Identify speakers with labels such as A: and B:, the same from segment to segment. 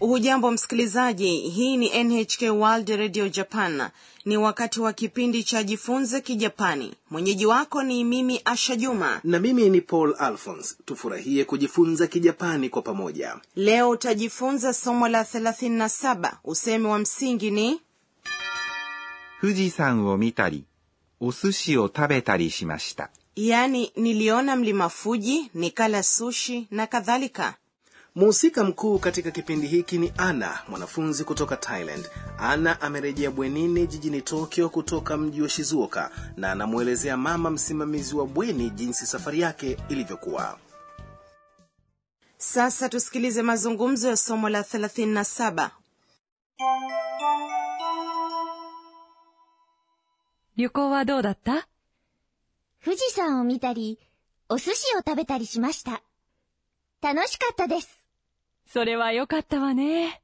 A: hujambo msikilizaji hii ni nhk world radio japan ni wakati wa kipindi cha jifunze kijapani mwenyeji wako ni mimi asha juma
B: na mimi ni paul alphons tufurahie kujifunza kijapani kwa pamoja
A: leo utajifunza somo la 37 usemi wa msingi ni
C: 富士山を見たり、お寿司を食べたりしました。
A: yaani niliona mlima fuji nikala sushi na kadhalika
B: mhusika mkuu katika kipindi hiki ni ana mwanafunzi kutoka thailand ana amerejea bwenini jijini tokyo kutoka mji wa shizuoka na anamwelezea mama msimamizi wa bweni jinsi safari yake ilivyokuwa
A: sasa tusikilize mazungumzo ya somo la 37
D: 旅行はどうだった
E: 富士山を見たり、お寿司を食べたりしました。楽しかったです。
D: それは良かったわね。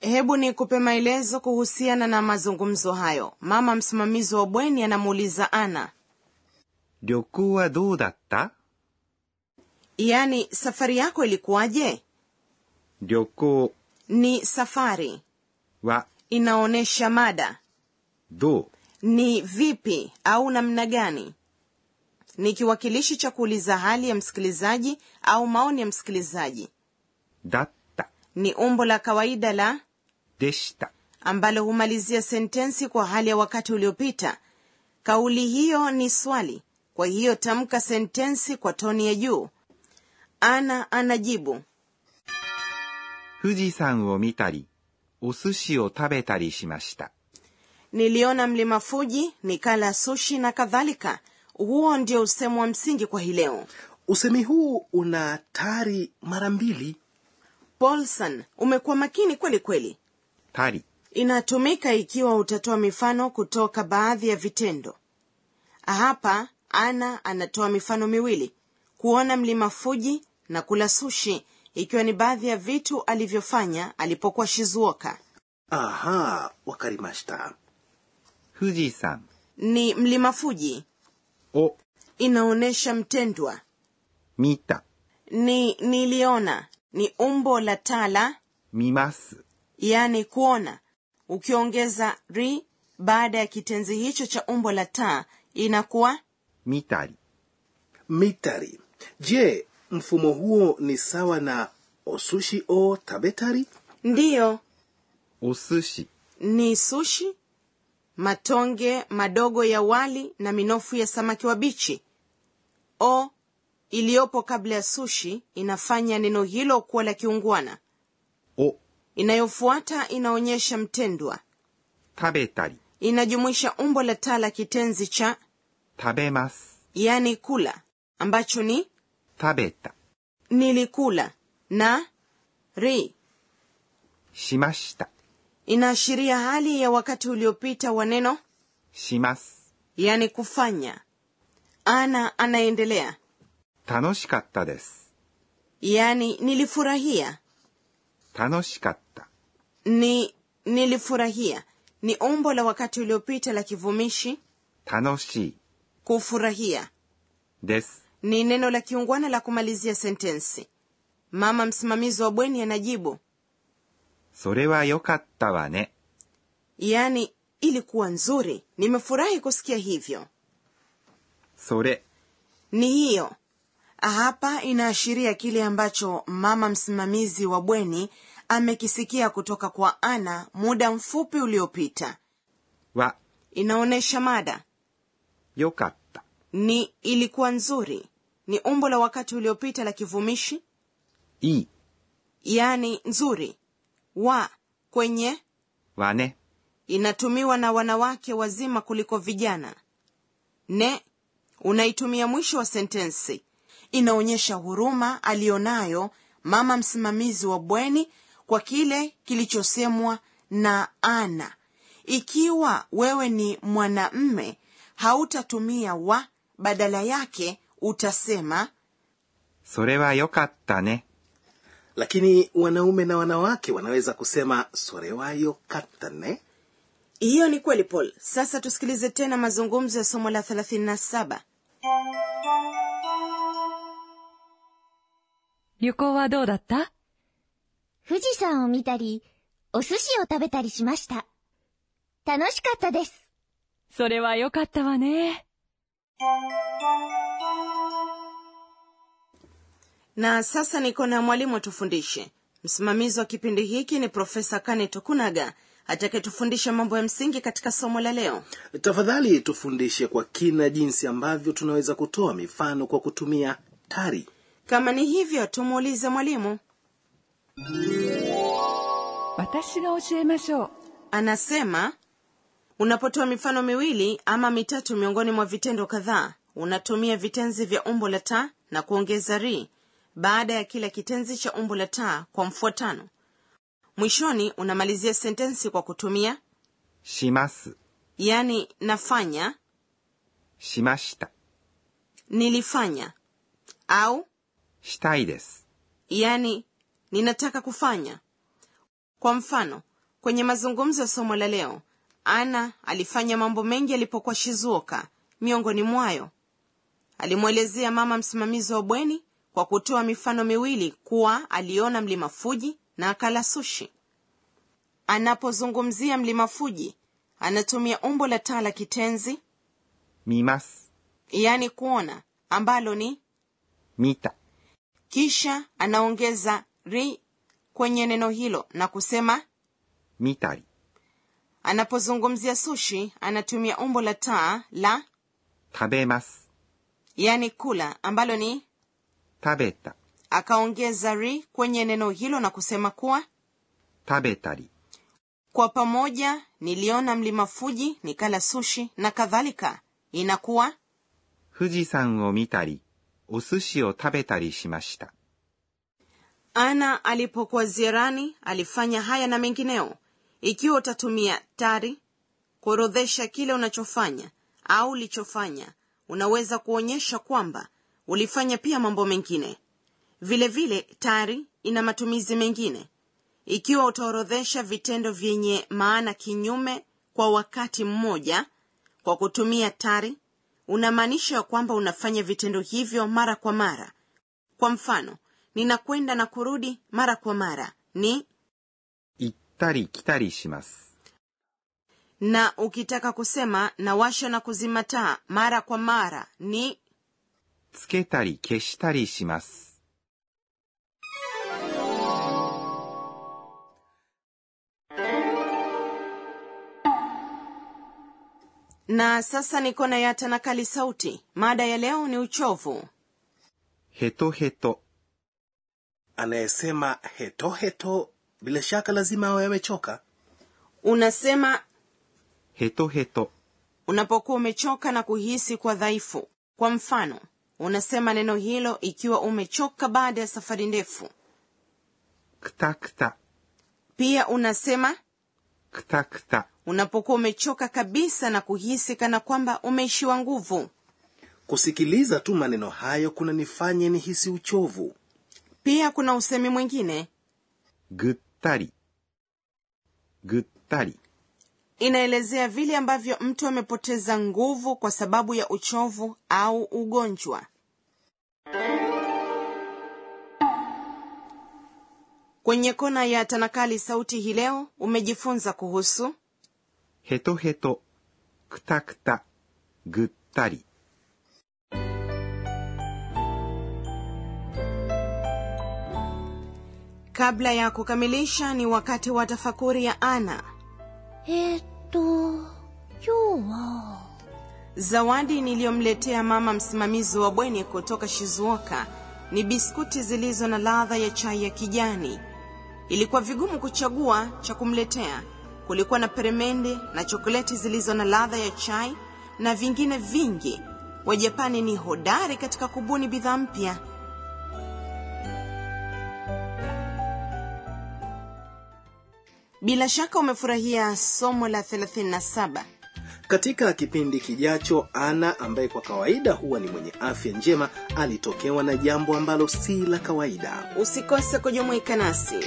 A: hebu nikupe maelezo kuhusiana na mazungumzo hayo mama msimamizi wa bweni anamuuliza ana
C: 旅行はどうだった
A: yaani safari yako ilikuwaje
C: 旅行
A: ni safari
C: は
A: inaonyesha mada
C: どう
A: ni vipi au namna gani ni kiwakilishi cha kuuliza hali ya msikilizaji au maoni ya msikilizaji
C: だった、
A: ni umbo la kawaida la
C: でした。
A: ambalo humalizia sentensi kwa hali ya wakati uliopita kauli hiyo ni swali kwa hiyo tamka sentensi kwa toni ya juu ana anajibu
C: 富士山を見たり、お寿司を食べたりしました。
A: niliona mlima fuji nikala sushi na kadhalika huo ndio usemo wa msingi kwa hii leo
B: usemi huu una tari mara mbili
A: paulson umekuwa makini kweli kweli
C: たり、
A: inatumika ikiwa utatoa mifano kutoka baadhi ya vitendo hapa ana anatoa mifano miwili kuona mlima fuji na kula sushi ikiwa ni baadhi ya vitu alivyofanya alipokuwa shizuoka
B: aha wakarimashita
C: 富士山
A: ni mlima fuji
C: を
A: inaonyesha mtendwa
C: 見た、
A: ni niliona ni umbo la tala
C: 見ます、
A: yaani kuona ukiongeza ri baada ya kitenzi hicho cha umbo la taa inakuwa
C: 見たり、
B: mitari je mfumo huo ni sawa na osushi o tabetari
A: ndiyo
C: お寿司
A: ni sushi matonge madogo ya wali na minofu ya samaki wabichi o iliyopo kabla ya sushi inafanya neno hilo kuwa la kiungwana
C: を
A: inayofuata inaonyesha mtendwa
C: 食べたり、
A: inajumuisha umbo la taa la kitenzi cha
C: 食べます、
A: yani kula ambacho ni
C: 食べた、
A: nilikula na ri
C: しました、
A: inaashiria hali ya wakati uliopita wa neno
C: します。
A: yani kufanya ana anaendelea
C: 楽しかったです。
A: yaani nilifurahia
C: 楽しかった、
A: ni nilifurahia ni umbo la wakati uliopita la kivumishi
C: 楽しい、
A: kufurahia
C: です。
A: ni neno la kiungwana la kumalizia sentensi mama msimamizi wa bweni anajibu
C: それは良かったわね。
A: yaani ilikuwa nzuri nimefurahi kusikia hivyo
C: それ、
A: ni hiyo hapa inaashiria kile ambacho mama msimamizi wa bweni amekisikia kutoka kwa ana muda mfupi uliopita
C: は
A: inaonyesha mada
C: 良かった。
A: ni ilikuwa nzuri ni umbo la wakati uliopita la kivumishi
C: いい
A: yaani nzuri wa kwenye
C: わね。
A: inatumiwa na wanawake wazima kuliko vijana ne unaitumia mwisho wa sentensi inaonyesha huruma aliyonayo mama msimamizi wa bweni kwa kile kilichosemwa na ana ikiwa wewe ni mwanamme hautatumia wa badala yake utasema
C: それは良かったね。
B: lakini wanaume na wanawake wanaweza kusema sorewayo katane
A: hiyo ni kweli paul sasa tusikilize tena mazungumzo ya somo la 37
D: 旅行はどうだった
E: 富士山を見たり、お寿司を食べたりしました。楽しかったです。
D: それはよかったわね。
A: na sasa niko na mwalimu atufundishe msimamizi wa kipindi hiki ni profesa kane tokunaga atakayetufundisha mambo ya msingi katika somo la leo
B: tafadhali tufundishe kwa kina jinsi ambavyo tunaweza kutoa mifano kwa kutumia tari
A: kama ni hivyo tumuulize mwalimu
D: 私が教えましょう。
A: anasema unapotoa mifano miwili ama mitatu miongoni mwa vitendo kadhaa unatumia vitenzi vya umbo la ta na kuongeza ri baada ya kila kitenzi cha umbo la ta kwa mfuatano mwishoni unamalizia sentensi kwa kutumia
C: します、
A: yani nafanya
C: しました、
A: nilifanya au
C: したいです、
A: yani ninataka kufanya kwa mfano kwenye mazungumzo ya somo la leo ana alifanya mambo mengi alipokuwa shizuoka miongoni mwayo alimwelezea mama msimamizi wa bweni kwa kutoa mifano miwili kuwa aliona mlima fuji na akala sushi anapozungumzia mlima fuji anatumia umbo la taa la kitenzi
C: 見ます、
A: yani kuona ambalo ni
C: 見た、
A: kisha anaongeza ri kwenye neno hilo na kusema
C: 見たり、
A: anapozungumzia sushi anatumia umbo la taa la
C: 食べます、
A: yani kula ambalo ni
C: 食べた、
A: akaongeza ri kwenye neno hilo na kusema kuwa
C: 食べたり、
A: kwa pamoja niliona mlima fuji nikala sushi na kadhalika inakuwa
C: 富士山を見たり、お寿司を食べたりしました。
A: ana alipokuwa ziarani alifanya haya na mengineo ikiwa utatumia tari kuorodhesha kile unachofanya au ulichofanya unaweza kuonyesha kwamba ulifanya pia mambo mengine vilevile vile, tari ina matumizi mengine ikiwa utaorodhesha vitendo vyenye maana kinyume kwa wakati mmoja kwa kutumia tari unamaanisha kwamba unafanya vitendo hivyo mara kwa mara kwa mfano ninakwenda na kurudi mara kwa mara ni
C: 行ったり来たりします。
A: na ukitaka kusema nawasha na kuzima taa mara kwa mara ni
C: つけたり消したりします。
A: na sasa niko na yata nakali sauti mada ya leo ni uchovu
C: ヘトヘト、
B: anayesema hetoheto bila shaka lazima awe amechoka
A: unasema
C: ヘトヘト、
A: unapokuwa umechoka na kuhisi kwa dhaifu kwa mfano unasema neno hilo ikiwa umechoka baada ya safari ndefu
C: くたくた、
A: pia unasema
C: くたくた、
A: unapokuwa umechoka kabisa na kuhisi kana kwamba umeishiwa nguvu
B: kusikiliza tu maneno hayo kunanifanya nihisi uchovu
A: pia kuna usemi mwingine
C: ぐったり、ぐったり、
A: inaelezea vile ambavyo mtu amepoteza nguvu kwa sababu ya uchovu au ugonjwa kwenye kona ya tanakali sauti hii leo umejifunza kuhusu
C: ヘトヘト、くたくた、ぐったり。
A: kabla ya kukamilisha ni wakati wa tafakuri ya ana
E: えーっと、今日は、
A: zawadi niliyomletea mama msimamizi wa bweni kutoka shizuoka ni biskuti zilizo na ladha ya chai ya kijani ilikuwa vigumu kuchagua cha kumletea kulikuwa na peremende na chokoleti zilizo na ladha ya chai na vingine vingi wajapani ni hodari katika kubuni bidhaa mpya bila shaka umefurahia somo la 37
B: katika kipindi kijacho ana ambaye kwa kawaida huwa ni mwenye afya njema alitokewa na jambo ambalo si la kawaida
A: usikose kujumuika nasi